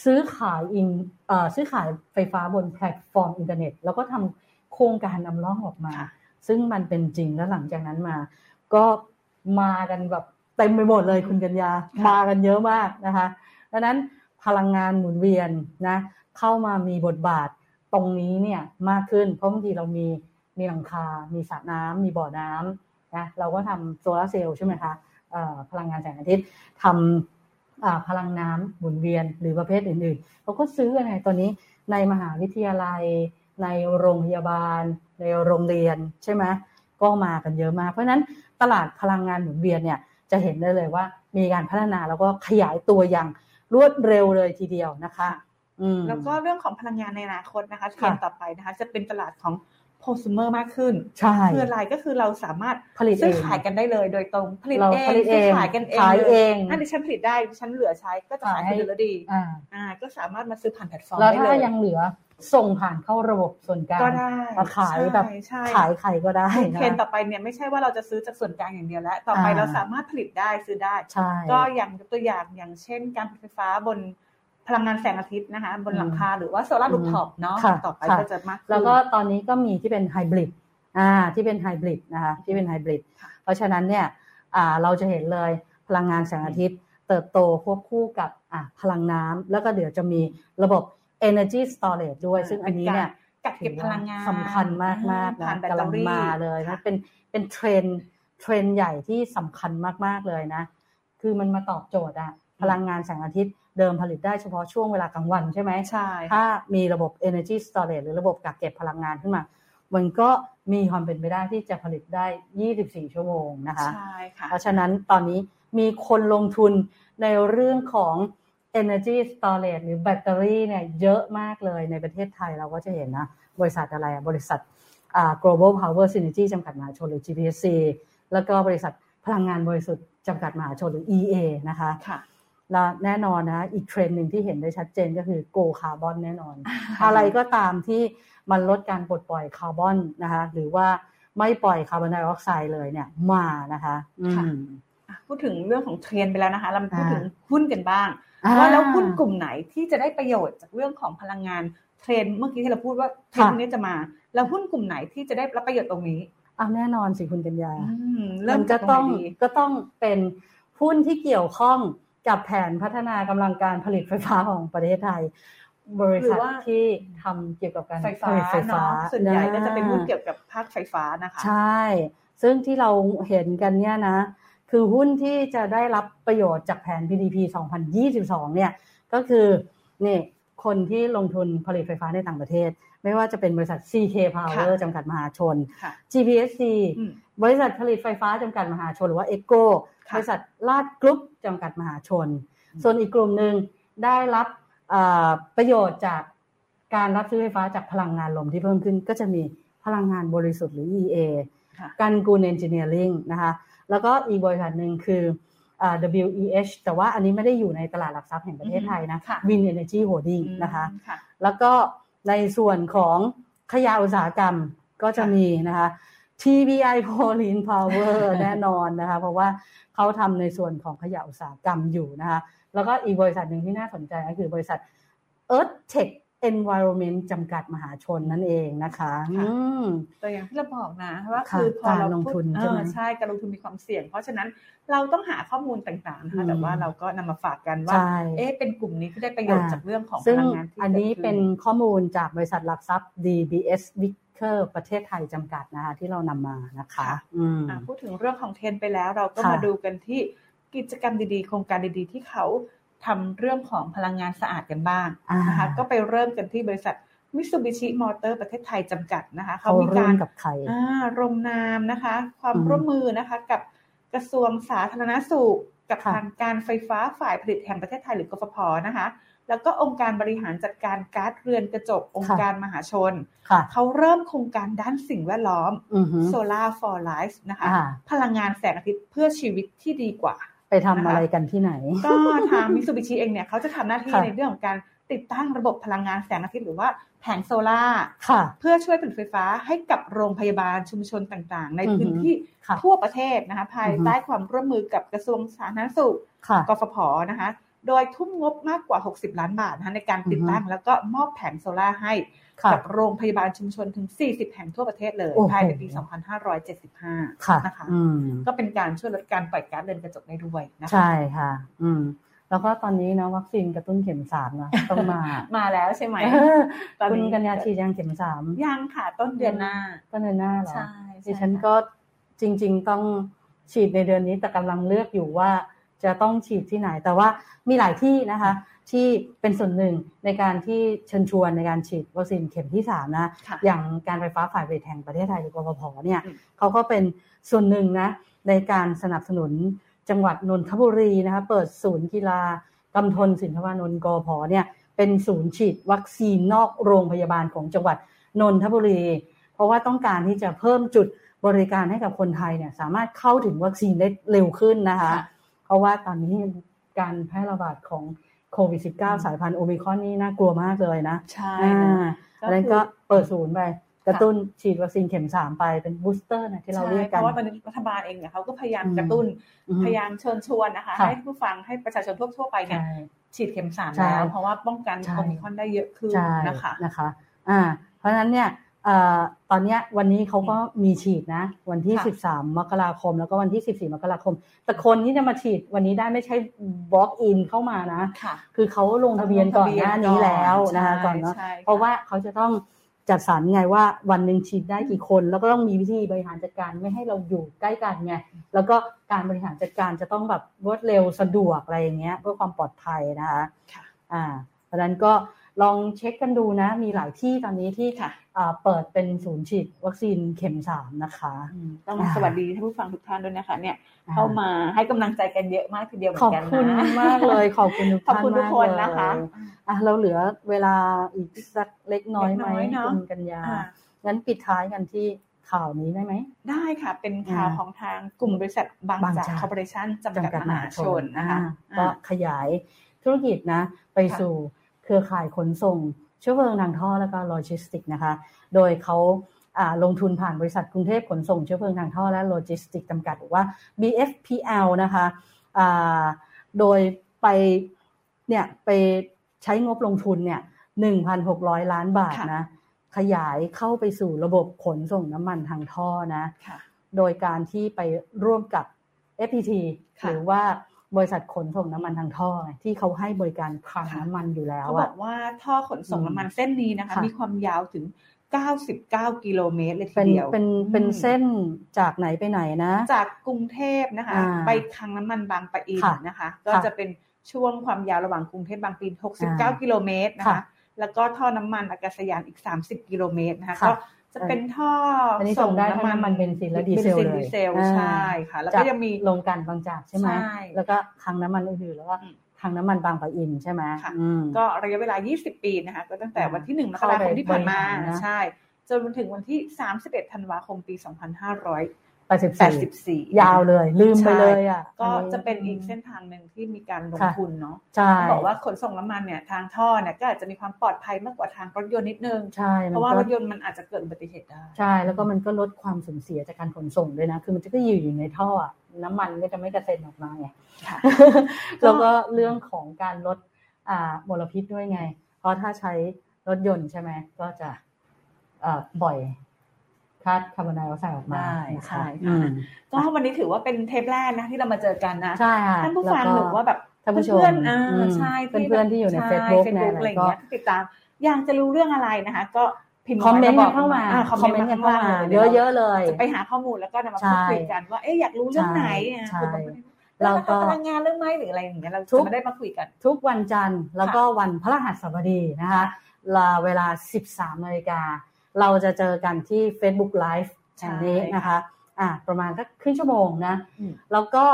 Speaker 2: ซื้อขายอินเอ่อซื้อขายไฟฟ้าบนแพลตฟอร์มอินเทอร์เน็ต แล้วก็ทำโครงการนำร่องออกมา
Speaker 3: ค่ะ
Speaker 2: ซึ่งมันเป็นจริงแล้วหลังจากนั้นมา ก็มากันแบบเต็มไปหมดเลยคุณกัญญา
Speaker 3: ค่ะ
Speaker 2: มากันเยอะมากนะคะดังนั้นพลังงานหมุนเวียนนะเข้ามามีบทบาทตรงนี้เนี่ยมากขึ้น เพราะบางทีเรามีมีหลังคา มีสระน้ำมีบ่อน้ำนะเราก็ทำโซลาร์เซลล์ใช่ไหมคะเอ่อพลังงานแสงอาทิตย์ทำอ่าพลังน้ำหมุนเวียนหรือประเภทอื่นๆเราก็ซื้ออะไรตัวนี้ ในมหาวิทยาลัย ในโรงพยาบาล ในโรงเรียนใช่ไหมก็มากันเยอะมาก เพราะฉะนั้นตลาดพลังงานหมุนเวียนเนี่ยจะเห็นได้เลยว่ามีการพัฒนาแล้วก็ขยายตัวอย่างรวดเร็วเลยทีเดียวนะคะ อืม
Speaker 3: แล้วก็เรื่องของพลังงานในอนาคตนะคะเทรนด์ต่อไปนะคะ จะเป็นตลาดของ consumer มากขึ้น
Speaker 2: ใช่
Speaker 3: คืออะไรก็คือเราสามารถ
Speaker 2: ผลิตเอง
Speaker 3: ซื้อขายกันได้เลยโดยตรงผลิต
Speaker 2: เรา
Speaker 3: เอง
Speaker 2: ผลิตเอ
Speaker 3: ซื้อง ขายกันเอง
Speaker 2: ขายเอง
Speaker 3: นั่นดิฉันผลิตได้ดิฉันเหลือใช้ก็จะขายคนอื่นแล้วดี
Speaker 2: อ่า
Speaker 3: อ่าก็สามารถมาซื้อผ่านแพลตฟอร์ม
Speaker 2: แล้ว
Speaker 3: ได้เล
Speaker 2: ถ้าย ยังเหลือส่งผ่านเข้าระบบส่วนกลาง
Speaker 3: ก็ได้
Speaker 2: มาขาย
Speaker 3: ใช่
Speaker 2: แบบ
Speaker 3: ใช่
Speaker 2: ขายใครก็ได้
Speaker 3: เท
Speaker 2: นะ
Speaker 3: รนด์ต่อไปเนี่ยไม่ใช่ว่าเราจะซื้อจากส่วนกลางอย่างเดียวแล้ว ต่อไป
Speaker 2: อ่า
Speaker 3: เราสามารถผลิตได้ซื้อได้
Speaker 2: ใช่
Speaker 3: ก็อย่างยกตัวอย่างอย่างเช่น การผลิตไฟฟ้าบนพลังงานแสงอาทิตย์นะคะ บนหลังคาหรือว่าโซลาร์รูฟท็อปเนาะ
Speaker 2: ค่ะ
Speaker 3: ต่อไป
Speaker 2: ค่ะ
Speaker 3: ก็จะมากขึ้น
Speaker 2: แล้วก็ตอนนี้ก็มีที่เป็นไฮบริดอ่าที่เป็นไฮบริดนะคะที่เป็นไฮบริด
Speaker 3: ค่ะ
Speaker 2: เพราะฉะนั้นเนี่ยอ่าเราจะเห็นเลยพลังงานแสงอาทิตย์ เติบโตควบคู่กับอ่ะพลังน้ำแล้วก็เดี๋ยวจะมีระบบ energy storage ด้วย ซึ่งอันนี้เนี่ย
Speaker 3: กักเก็บพลังงาน
Speaker 2: สำคัญมากมากๆนะ
Speaker 3: ผ่านแบต
Speaker 2: กำ
Speaker 3: เต
Speaker 2: ลั
Speaker 3: อง รี่
Speaker 2: มาเลยนะ
Speaker 3: ค่ะ
Speaker 2: เป็นเป็นเทรนด์เทรนด์ใหญ่ที่สำคัญมาก ๆ เลยนะ คือมันมาตอบโจทย์อะพลังงานแสงอาทิตย์เดิมผลิตได้เฉพาะช่วงเวลากลางวันใช่ไหม
Speaker 3: ใช่
Speaker 2: ถ้ามีระบบ energy storage หรือระบบกักเก็บพลังงานขึ้นมา มันก็มีความเป็นไปได้ที่จะผลิตได้ 24 ชั่วโมงนะคะ
Speaker 3: ใช่ค่ะ
Speaker 2: เพราะฉะนั้นตอนนี้มีคนลงทุนในเรื่องของ Energy Storage หรือแบตเตอรี่เนี่ยเยอะมากเลยในประเทศไทยเราก็จะเห็นนะ บริษัทอะไรอะบริษัทอ่า Global Power Synergy จำกัดมหาชนหรือ GPSC แล้วก็บริษัทพลังงานบริสุทธิ์จำกัดมหาชนหรือ EA นะคะ
Speaker 3: ค่ะ
Speaker 2: และแน่นอนนะ อีกเทรนด์หนึ่งที่เห็นได้ชัดเจนก็คือ Go Carbon แน่นอน อะไรก็ตามที่มันลดการปลดปล่อยคาร์บอนนะคะ หรือว่าไม่ปล่อยคาร์บอนไดออกไซด์เลยเนี่ยมานะคะอืม
Speaker 3: ค่ะ อ่ะพูดถึงเรื่องของเทรนด์ไปแล้วนะคะเรามาพูด
Speaker 2: อ่า
Speaker 3: ถึงหุ้นกันบ้าง
Speaker 2: อ่
Speaker 3: ว่าแล้วหุ้นกลุ่มไหนที่จะได้ประโยชน์จากเรื่องของพลังงานเทรนด์เมื่อกี้ที่เราพูดว่าเทรนด์พวกนี้จะมา แล้วหุ้นกลุ่มไหนที่จะได้รับประโยชน์ตรงนี้
Speaker 2: อ่ะแน่นอนสิคุณกัญญา
Speaker 3: อืมเริ่
Speaker 2: มั
Speaker 3: ม
Speaker 2: นก็
Speaker 3: จากตร
Speaker 2: ต้อง ง
Speaker 3: ไหนดี
Speaker 2: ก็ต้องเป็นหุ้นที่เกี่ยวข้องกับแผนพัฒนากำลังการผลิตไฟฟ้าของประเทศไทย บริษัทที่ทำเกี่ยวกับการ
Speaker 3: ไฟฟ้า
Speaker 2: ผลิตไฟฟ้า
Speaker 3: เนาะส่วนใหญ่ก็จะเป็นหุ้น
Speaker 2: อ่า
Speaker 3: เกี่ยวกับภาคไฟฟ้านะคะ
Speaker 2: ใช่ ซึ่งที่เราเห็นกันเนี่ยนะ คือหุ้นที่จะได้รับประโยชน์จากแผน PDP 2022 เนี่ย ก็คือนี่คนที่ลงทุนผลิตไฟฟ้าในต่างประเทศ ไม่ว่าจะเป็นบริษัท CK Power จำกัดมหาชน
Speaker 3: ค่ะ
Speaker 2: GPSC
Speaker 3: อืม
Speaker 2: บริษัทผลิตไฟฟ้าจำกัดมหาชนหรือว่าเอโก
Speaker 3: ค่ะ
Speaker 2: บริษัทลาดกรุ๊ปจำกัดมหาชน
Speaker 3: อืม
Speaker 2: ส่วนอีกกลุ่มหนึ่งได้รับเอ่อประโยชน์จากการรับซื้อไฟฟ้าจากพลังงานลมที่เพิ่มขึ้น ก็จะมีพลังงานบริสุทธิ์หรือ EA
Speaker 3: ค่ะ
Speaker 2: กันกูลเอนจิเนียริงนะคะแล้วก็อีกบริษัทหนึ่งคือเอ่อ WEH แต่ว่าอันนี้ไม่ได้อยู่ในตลาดหลักทรัพย์แห่งประเทศไทยนะ
Speaker 3: อืมค่ะ
Speaker 2: วินเอเนจีโฮดดิ้งนะคะ
Speaker 3: อืมค่ะ
Speaker 2: แล้วก็ในส่วนของขยะอุตสาหกรรมก็จะมีนะคะ TBI p o l i n Power แน่นอนนะคะ เพราะว่าเขาทำในส่วนของขยะอุตสาหกรรมอยู่นะคะ แล้วก็อีกบริษัทหนึ่งที่น่าสนใจก็คือบริษัท Earth Tech Environment จำกัดมหาชนนั่นเองนะคะ
Speaker 3: ค่ะ
Speaker 2: อืม
Speaker 3: แต่อย่างที่เราบอกนะว่า
Speaker 2: ค่ะ
Speaker 3: คือพอเรา
Speaker 2: การลงทุน
Speaker 3: พูด
Speaker 2: ใช่ไหม
Speaker 3: เออใช่การลงทุนมีความเสี่ยง เพราะฉะนั้นเราต้องหาข้อมูลต่างๆนะ
Speaker 2: อื
Speaker 3: คะ
Speaker 2: ม
Speaker 3: แต่ว่าเราก็นำมาฝากกันว่า
Speaker 2: ใช่
Speaker 3: เอ๊ะเป็นกลุ่มนี้ที่ได้ประโยชน์
Speaker 2: อ่า
Speaker 3: จากเรื่องของพ
Speaker 2: ซึ่ง
Speaker 3: ลังงานที่
Speaker 2: อันนี้
Speaker 3: กิดขึ้
Speaker 2: เป็นข้อมูลจากบริษัทหลักทรัพย์ DBS Wicker ประเทศไทยจำกัดนะคะที่เรานำมานะคะ
Speaker 3: ค่ะ
Speaker 2: อืม
Speaker 3: อ่ะพูดถึงเรื่องของเทรนด์ไปแล้วเราก็
Speaker 2: ค่ะ
Speaker 3: มาดูกันที่กิจกรรมดีๆ โครงการดีๆ ที่เขาทำเรื่องของพลังงานสะอาดกันบ้าง
Speaker 2: อ่าน
Speaker 3: นะคะก็ไปเริ่มกันที่บริษัทมิสูบิชิมอเตอร์ประเทศไทยจำกัดนะคะ
Speaker 2: เขา
Speaker 3: มี
Speaker 2: ร่
Speaker 3: กาว
Speaker 2: ม
Speaker 3: ร
Speaker 2: กับใคร
Speaker 3: อ่าลงนามนะคะ ความ
Speaker 2: อืม
Speaker 3: ร่วมมือนะคะกับกระทรวงสาธารณสุข กับ
Speaker 2: ค่ะ
Speaker 3: ทางการไฟฟ้าฝ่ายผลิตแห่งประเทศไทยหรือกฟผนะคะ แล้วก็องค์การบริหารจัดการก๊าซเรือนกระจกองค์การมหาชน
Speaker 2: ค่ะ
Speaker 3: เขาเริ่มโครงการด้านสิ่งแวดล้อม
Speaker 2: อือฮึ
Speaker 3: โซลาร์ฟอร์ไลฟ์นะคะ
Speaker 2: อ่า
Speaker 3: พลังงานแสงอาทิตย์เพื่อชีวิตที่ดี กว่า
Speaker 2: ไปทำอะไรกันที่ไหน
Speaker 3: ก็ทางมิ t ูบิชิเองเนี่ย เขาจะทำหน้าที่
Speaker 2: ค่ะ
Speaker 3: ในเรื่องของการติดตั้งระบบพลังงานแสงอาทิตย์หรือว่าแผงโซลา่า
Speaker 2: ค่ะ
Speaker 3: เพื่อช่วยผลิตไฟฟ้าให้กับโรงพยาบาลชุมชนต่างๆ ใน
Speaker 2: อือหือ
Speaker 3: พื้นที่
Speaker 2: ค่ะ
Speaker 3: ทั่วประเทศนะคะ ภาย
Speaker 2: อือหือ
Speaker 3: ใต้ความร่วมมือกับกระทรวงสาธารณสุข
Speaker 2: ค่ะ
Speaker 3: กฟผนะคะ โดยทุ่มงบมากกว่า 60 ล้านบาทนะคะในการติดตั้งแล้วก็มอบแผงโซลา่าให้
Speaker 2: ค่ะ
Speaker 3: กับโรงพยาบาลชุมชนถึง 40 แห่งทั่วประเทศเลย
Speaker 2: โอ้โห
Speaker 3: ภายในปี 2575
Speaker 2: ค่ะ
Speaker 3: นะคะ
Speaker 2: อืม
Speaker 3: ก็เป็นการช่วยลดการปล่อยก๊าซเรือนกระจกได้ด้วยนะคะ
Speaker 2: ใช่ค่ะ อืม แล้วก็ตอนนี้นะวัคซีนกระตุ้นเข็มสามนะต้องมา
Speaker 3: มาแล้วใช่ไหม
Speaker 2: เออ
Speaker 3: ตอน
Speaker 2: คุณ
Speaker 3: นี้
Speaker 2: กัญญาฉีดยังเข็มสาม
Speaker 3: ยังค่ะต้นเดือนหน้า
Speaker 2: ก็เดือนหน้าเหรอ
Speaker 3: ใช่
Speaker 2: ดิฉันก็จริง ๆ ต้องฉีดในเดือนนี้แต่กำลังเลือกอยู่ว่าจะต้องฉีดที่ไหน แต่ว่ามีหลายที่นะคะ ที่เป็นส่วนหนึ่งในการที่เชิญชวนในการฉีดวัคซีนเข็มที่สามนะ
Speaker 3: ค่ะ
Speaker 2: อย่างการไฟฟ้าฝ่ายผลิตแห่งประเทศไทยหรือกฟผเนี่ย
Speaker 3: อืม
Speaker 2: เขาก็เป็นส่วนหนึ่งนะในการสนับสนุนจังหวัดนนทบุรีนะคะเปิดศูนย์กีฬากำทนสินธวานนท์กพเนี่ยเป็นศูนย์ฉีดวัคซีนนอกโรงพยาบาลของจังหวัดนนทบุรี เพราะว่าต้องการที่จะเพิ่มจุดบริการให้กับคนไทยเนี่ยสามารถเข้าถึงวัคซีนได้เร็วขึ้นนะคะ
Speaker 3: ค่ะ
Speaker 2: เพราะว่าตอนนี้การแพร่ระบาดของโควิด -19 สายพันธุ์โอมิครอนนี่น่ากลัวมากเลยนะ
Speaker 3: ใช่
Speaker 2: อ่
Speaker 3: นะ
Speaker 2: า
Speaker 3: คื
Speaker 2: อันนั้นก็เปิดศูนย์ไปกระตุ้นฉีดวัคซีนเข็มสามไปเป็นบูสเตอร์นะที่เราเรียก
Speaker 3: ใช่เพ
Speaker 2: กัน
Speaker 3: ราะว่าตอนนี้รัฐบาลเองเนี่ยเขาก็พยายาม
Speaker 2: อืม
Speaker 3: กระตุ้น
Speaker 2: อืม
Speaker 3: พยายามเชิญชวนนะคะ
Speaker 2: ค่ะ
Speaker 3: ให้ผู้ฟังให้ประชาชนทั่วๆไปเนี่ย
Speaker 2: ใช่
Speaker 3: ฉีดเข็มสาม
Speaker 2: ใช่
Speaker 3: แล้ว เพราะว่าป้องกัน
Speaker 2: ใช่
Speaker 3: โอมิครอนได้เยอะขึ้น
Speaker 2: ใช่
Speaker 3: นะคะ
Speaker 2: นะคะ อ่า เพราะฉะนั้นเนี่ยเอ่อตอนเนี้ยวันนี้เขาก็มีฉีดนะ วันที่
Speaker 3: ค่ะ
Speaker 2: 13 มกราคม แล้วก็วันที่ 14 มกราคม แต่คนที่จะมาฉีดวันนี้ได้ไม่ใช่บล็อกอินเข้ามานะ
Speaker 3: ค่ะ
Speaker 2: คือเขาลงทะเบียนก่อนหน้านี้แล้วนะคะ
Speaker 3: ใช่
Speaker 2: ก่อนเนาะ
Speaker 3: ใช่
Speaker 2: เพราะว่าเขาจะต้องจัดสรรไงว่าวันหนึ่งฉีดได้กี่คน แล้วก็ต้องมีวิธีบริหารจัดการไม่ให้เราอยู่ใกล้กันไงแล้วก็การบริหารจัดการจะต้องแบบรวดเร็วสะดวกอะไรอย่างเงี้ยเพื่อความปลอดภัยนะคะ
Speaker 3: ค่ะ
Speaker 2: อ่าเพราะฉะนั้นก็ลองเช็คกันดูนะ มีหลายที่ตอนนี้ที่
Speaker 3: ค่ะ
Speaker 2: อ่าเปิดเป็นศูนย์ฉีดวัคซีนเข็มสามนะคะ
Speaker 3: อืมต้องสวัสดีท่านผู้ฟังทุกท่านด้วยนะคะ เนี่ยเข้า
Speaker 2: อ่
Speaker 3: มาให้กำลังใจกันเยอะมากทีเดียวเหมื
Speaker 2: ขอ
Speaker 3: อ
Speaker 2: บ
Speaker 3: นกันนะ
Speaker 2: คุณมากเลยขอบคุณทุก
Speaker 3: ขอบ
Speaker 2: ท่าน
Speaker 3: คุณทุก
Speaker 2: มาก
Speaker 3: คน
Speaker 2: เลย
Speaker 3: นะคะ
Speaker 2: อ่ะเราเหลือเวลาอีกสักเล็กน้อยไหม
Speaker 3: เล็กน้อยเนอะ
Speaker 2: คุณกัญญา
Speaker 3: อ่า
Speaker 2: งั้นปิดท้ายกันที่ข่าวนี้ได้ไหม
Speaker 3: ได้ค่ะเป็นข่าว
Speaker 2: อ่า
Speaker 3: ของทางกลุ่มบริษัทบาง
Speaker 2: บาง
Speaker 3: จาก
Speaker 2: จาก
Speaker 3: คอร์ปอเรชั่นจำกัดมหาชนนะคะ
Speaker 2: อ่าก็ขยายธุรกิจนะ ไป
Speaker 3: ค่ะ
Speaker 2: สู่เครือข่ายขนส่งเชื้อเพลิงทางท่อแล้วก็โลจิสติกนะคะ โดยเขาอ่าลงทุนผ่านบริษัทกรุงเทพขนส่งเชื้อเพลิงทางท่อและโลจิสติกจำกัดหรือว่า BFPL นะคะอ่าโดยไปเนี่ยไปใช้งบลงทุนเนี่ย1,600 ล้านบาทนะขยายเข้าไปสู่ระบบขนส่งน้ำมันทางท่อนะ
Speaker 3: ค่ะ
Speaker 2: โดยการที่ไปร่วมกับ FPT
Speaker 3: ค่ะ
Speaker 2: หรือว่าบริษัทขนส่งน้ำมันทางท่อไงที่เขาให้บริการคลังน้ำมันอยู่แล้ว
Speaker 3: เขาบ
Speaker 2: อะ
Speaker 3: อกว่าท่อขนส่ง
Speaker 2: อืม
Speaker 3: น้ำมันเส้นนี้นะคะ
Speaker 2: ค่ะ
Speaker 3: มีความยาวถึง 99 กิโลเมตรเลยที
Speaker 2: เป็น
Speaker 3: เดียว
Speaker 2: เป็นเป็น
Speaker 3: อืม
Speaker 2: เส้นจากไหนไปไหนนะ
Speaker 3: จากกรุงเทพนะคะ
Speaker 2: อ่า
Speaker 3: ไปคลังน้ำมันบางปะอิน
Speaker 2: ค่ะ
Speaker 3: นะคะ ก็
Speaker 2: ค่ะ
Speaker 3: จะเป็นช่วงความยาวระหว่างกรุงเทพบางปะอิน
Speaker 2: อ่า
Speaker 3: 69 กิโลเมตรนะ
Speaker 2: ค่ะ
Speaker 3: คะ แล้วก็ท่อน้ำมันอากาศยานอีก 30 กิโลเมตรนะคะ
Speaker 2: ค่ะ
Speaker 3: ก็จะเป็นท่ออน
Speaker 2: นี้ส่งได้ทั้งน้ำมันเบนซินและดีเซลเลย
Speaker 3: ดีเซล
Speaker 2: อ่า
Speaker 3: ใช่ค่ะ แล้ว
Speaker 2: จาก
Speaker 3: ก็ยังมี
Speaker 2: โรงกลันบางจากใช่ไหม
Speaker 3: ใช่
Speaker 2: แล้วก็คลังน้ำมันอื่นๆแล้วก็
Speaker 3: อืม
Speaker 2: คลังน้ำมันบางปะอินใช่ไหม
Speaker 3: ค่ะ
Speaker 2: อืม
Speaker 3: ก็ระยะเวลา 20 ปีนะคะ ก็ตั้งแต่วันที่ 1 มกราคมที่ผ่านมา
Speaker 2: เข้าไปบริหารนะ
Speaker 3: ใช่ จนถึงวันที่ 31 ธันวาคม ปี
Speaker 2: แปดสิบสี่
Speaker 3: 2584
Speaker 2: ยาวเลย ลืมไปเลยอ่ะ
Speaker 3: ก็
Speaker 2: อั
Speaker 3: จะเป็นอีกเส้นทางหนึ่งที่มีการลงทุนเนาะ
Speaker 2: ใช่
Speaker 3: เขาบอกว่าขนส่งน้ำมันเนี่ยทางท่อเนี่ยก็อาจจะมีความปลอดภัยมากกว่าทางรถยนต์นิดนึง
Speaker 2: ใช่มัน
Speaker 3: เพราะว่า
Speaker 2: ก็
Speaker 3: รถยนต์มันอาจจะเกิดอุบัติเหตุได้
Speaker 2: ใช่แล้วก็มันก็ลดความสูญเสียจากการขนส่งด้วยนะ คือมันจะก็อยู่อยู่ในท่ออะน้ำมันก็จะไม่กระเซ็นออกมาไง
Speaker 3: ค่ะ
Speaker 2: แล้วก็เรื่องของการลดอ่ามลพิษด้วยไง เพราะถ้าใช้รถยนต์ใช่ไหมก็จะเอ่อปล่อยคาร์บคาร์บอนไดออกไซด์ออกมา
Speaker 3: ได้
Speaker 2: นะคะ
Speaker 3: ใช่ค่ะ
Speaker 2: อืม
Speaker 3: ก็วันนี้ถือว่าเป็นเทปแรกนะที่เรามาเจอกันนะ
Speaker 2: ใช่ค่ะ
Speaker 3: ท่านผู้ฟังห
Speaker 2: แล้ก็
Speaker 3: รือว่าแบบ
Speaker 2: ท่านผู้ชม
Speaker 3: เพื่อนๆอ่า
Speaker 2: อืม
Speaker 3: ใช่
Speaker 2: เพื่อนๆที่อยู่ใน
Speaker 3: ช่
Speaker 2: Facebook
Speaker 3: Facebook
Speaker 2: ในอะไร
Speaker 3: อะไรอย่างเงี้ยที่ติดตามอยากจะรู้เรื่องอะไรนะคะ ก็พิมพ์
Speaker 2: คอมเมนต์
Speaker 3: บ
Speaker 2: กั
Speaker 3: ก
Speaker 2: นเข้ามา
Speaker 3: อ่คอมเมนต์กันเข้ามา
Speaker 2: เยอะๆเลย
Speaker 3: จะไปหาข้อมูลแล้วก็นำมา
Speaker 2: ใช่
Speaker 3: พูดคุยกันว่าเอ๊ะอยากรู้เรื่องไหนอ่ะ
Speaker 2: ใช่
Speaker 3: คุณผู้ชม
Speaker 2: แล้วก็
Speaker 3: พลังงานเรื่องไหมหรืออะไรอย่างเงี้ยเรา
Speaker 2: ทุก
Speaker 3: จะไม่ได้มาคุยกัน
Speaker 2: ทุกวันจันทร์แล้วก็วันพระรหัสบดีนะคะลาเวลา 13นาฬิกา เราจะเจอกันที่ Facebook Live
Speaker 3: ใช่
Speaker 2: แห่งนี้นะคะอ่ะประมาณสักครึ่งชั่วโมงนะ
Speaker 3: อืม
Speaker 2: แล้วก็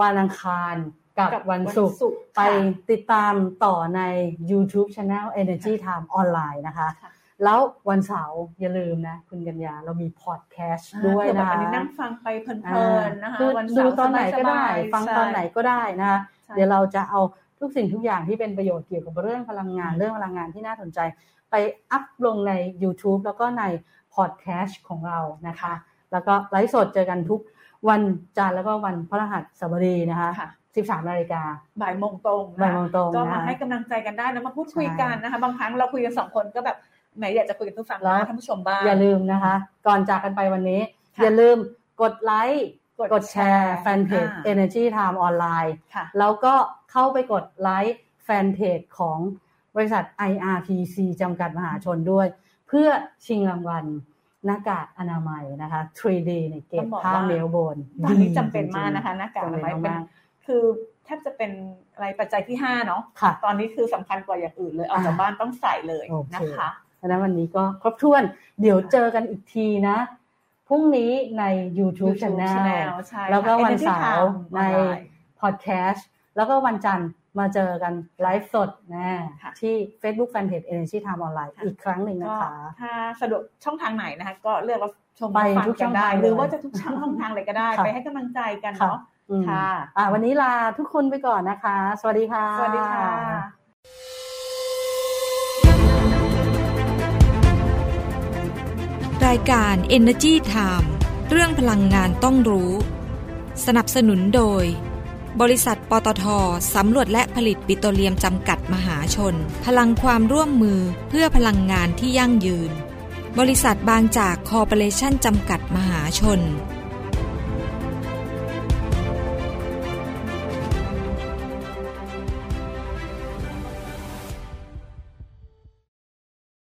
Speaker 2: วันอังคารกับวันศุกร์
Speaker 3: กร์
Speaker 2: ไป
Speaker 3: ค่ะ
Speaker 2: ติดตามต่อใน YouTube Channel Energy Time ออนไลน์นะคะ
Speaker 3: ค่ะ
Speaker 2: แล้ววันเสาร์อย่าลืมนะ คุณกัญญาเรามีพอดแคสต์ด้วย
Speaker 3: เผื่อแบ
Speaker 2: นะ
Speaker 3: บ
Speaker 2: คะ
Speaker 3: อันนี้นั่งฟังไปเพลินๆนะคะ
Speaker 2: คือ
Speaker 3: วัน
Speaker 2: ดู
Speaker 3: เสาร์
Speaker 2: ตอนไหนก็ได้
Speaker 3: สบายๆ
Speaker 2: ฟังตอนไหนก็ได้นะคะ
Speaker 3: ใช่
Speaker 2: เดี๋ยวเราจะเอาทุกสิ่งทุกอย่างที่เป็นประโยชน์เกี่ยวกับเรื่องพลังงานเรื่องพลังงานที่น่าสนใจ ไปอัพลงใน YouTube แล้วก็ในพอดแคสต์ของเรานะคะ แล้วก็ไลฟ์สดเจอกันทุกวันจันทร์แล้วก็วันพฤหัสบดีนะคะ
Speaker 3: ค่ะ
Speaker 2: 13นาฬิกา
Speaker 3: บ่ายโมงตรงนะ
Speaker 2: บ่ายโมงตรง
Speaker 3: ก็
Speaker 2: นะ
Speaker 3: มา
Speaker 2: คะ
Speaker 3: ให้กำลังใจกันได้นะมาพูดคุยกันนะคะ บางครั้งเราคุยกันสองคนก็แบบไหนอยากจะคุยกับผู้ฟัง
Speaker 2: แล้ว
Speaker 3: บ้างท่านผู้ชมบ้าง
Speaker 2: อย่าลืมนะคะ ก่อนจากกันไปวันนี้
Speaker 3: ค่ะ
Speaker 2: อย่าลืมกดไลค์กดแชร์แฟนเพจ
Speaker 3: อ่า
Speaker 2: Energy Time ออนไลน์
Speaker 3: ค่ะ
Speaker 2: แล้วก็เข้าไปกดไลค์แฟนเพจของบริษัท IRPC จำกัดมหาชนด้วย เพื่อชิงรางวัลหน้ากากอนามัยนะคะ 3D ในเก
Speaker 3: ต้
Speaker 2: จ
Speaker 3: องบอก
Speaker 2: ผ้า
Speaker 3: ว่า
Speaker 2: เมลโบน
Speaker 3: ตอนนี้จำเป็นมากนะคะหน้ากาก
Speaker 2: จำ
Speaker 3: อ
Speaker 2: เป็น
Speaker 3: นามัยเป็น
Speaker 2: มาก
Speaker 3: คือแทบจะเป็นอะไรปัจจัยที่ห้าเนาะ
Speaker 2: ๆค่ะ
Speaker 3: ตอนนี้คือสำคัญกว่าอย่างอื่นเลยออกจากบ้านต้องใส่เลย
Speaker 2: โอเค
Speaker 3: นะคะ
Speaker 2: เพราะฉะนั้นวันนี้ก็ครบถ้วน เดี๋ยวเจอกันอีกทีนะ พรุ่งนี้ใน YouTube
Speaker 3: YouTube
Speaker 2: Channel
Speaker 3: Channel ใช่ค่ะ
Speaker 2: แล้วก็วัน
Speaker 3: Energy
Speaker 2: เสาร์
Speaker 3: Time
Speaker 2: ใน
Speaker 3: ออนไลน์
Speaker 2: พอดแคสต์ แล้วก็วันจันทร์ มาเจอกันไลฟ์สดนะ
Speaker 3: ค่ะ
Speaker 2: ที่ Facebook Fanpage Energy Time Online อีกครั้งหนึ่ง
Speaker 3: ก็
Speaker 2: นะคะ
Speaker 3: ถ้าสะดวกช่องทางไหนนะคะ ก็เลือกรับชม
Speaker 2: ไป
Speaker 3: ฟั
Speaker 2: ทุกช่อง
Speaker 3: ได้
Speaker 2: ทางเลย
Speaker 3: หรือว่าจะทุกช่องทางเลยก็ได้
Speaker 2: ค่ะ
Speaker 3: ไปให้กำลังใจกัน
Speaker 2: ค่ะ
Speaker 3: เนาะ
Speaker 2: อืม
Speaker 3: ค่ะ
Speaker 2: อ่ะ วันนี้ลาทุกคนไปก่อนนะคะ สวัสดีค่ะ
Speaker 3: สวัสดีค่ะ
Speaker 1: รายการ Energy Time เรื่องพลังงานต้องรู้ สนับสนุนโดย บริษัทปตทสำรวจและผลิตปิโตรเลียมจำกัดมหาชน พลังความร่วมมือเพื่อพลังงานที่ยั่งยืน บริษัทบางจากคอร์ปอเรชั่นจำกัดมหาชน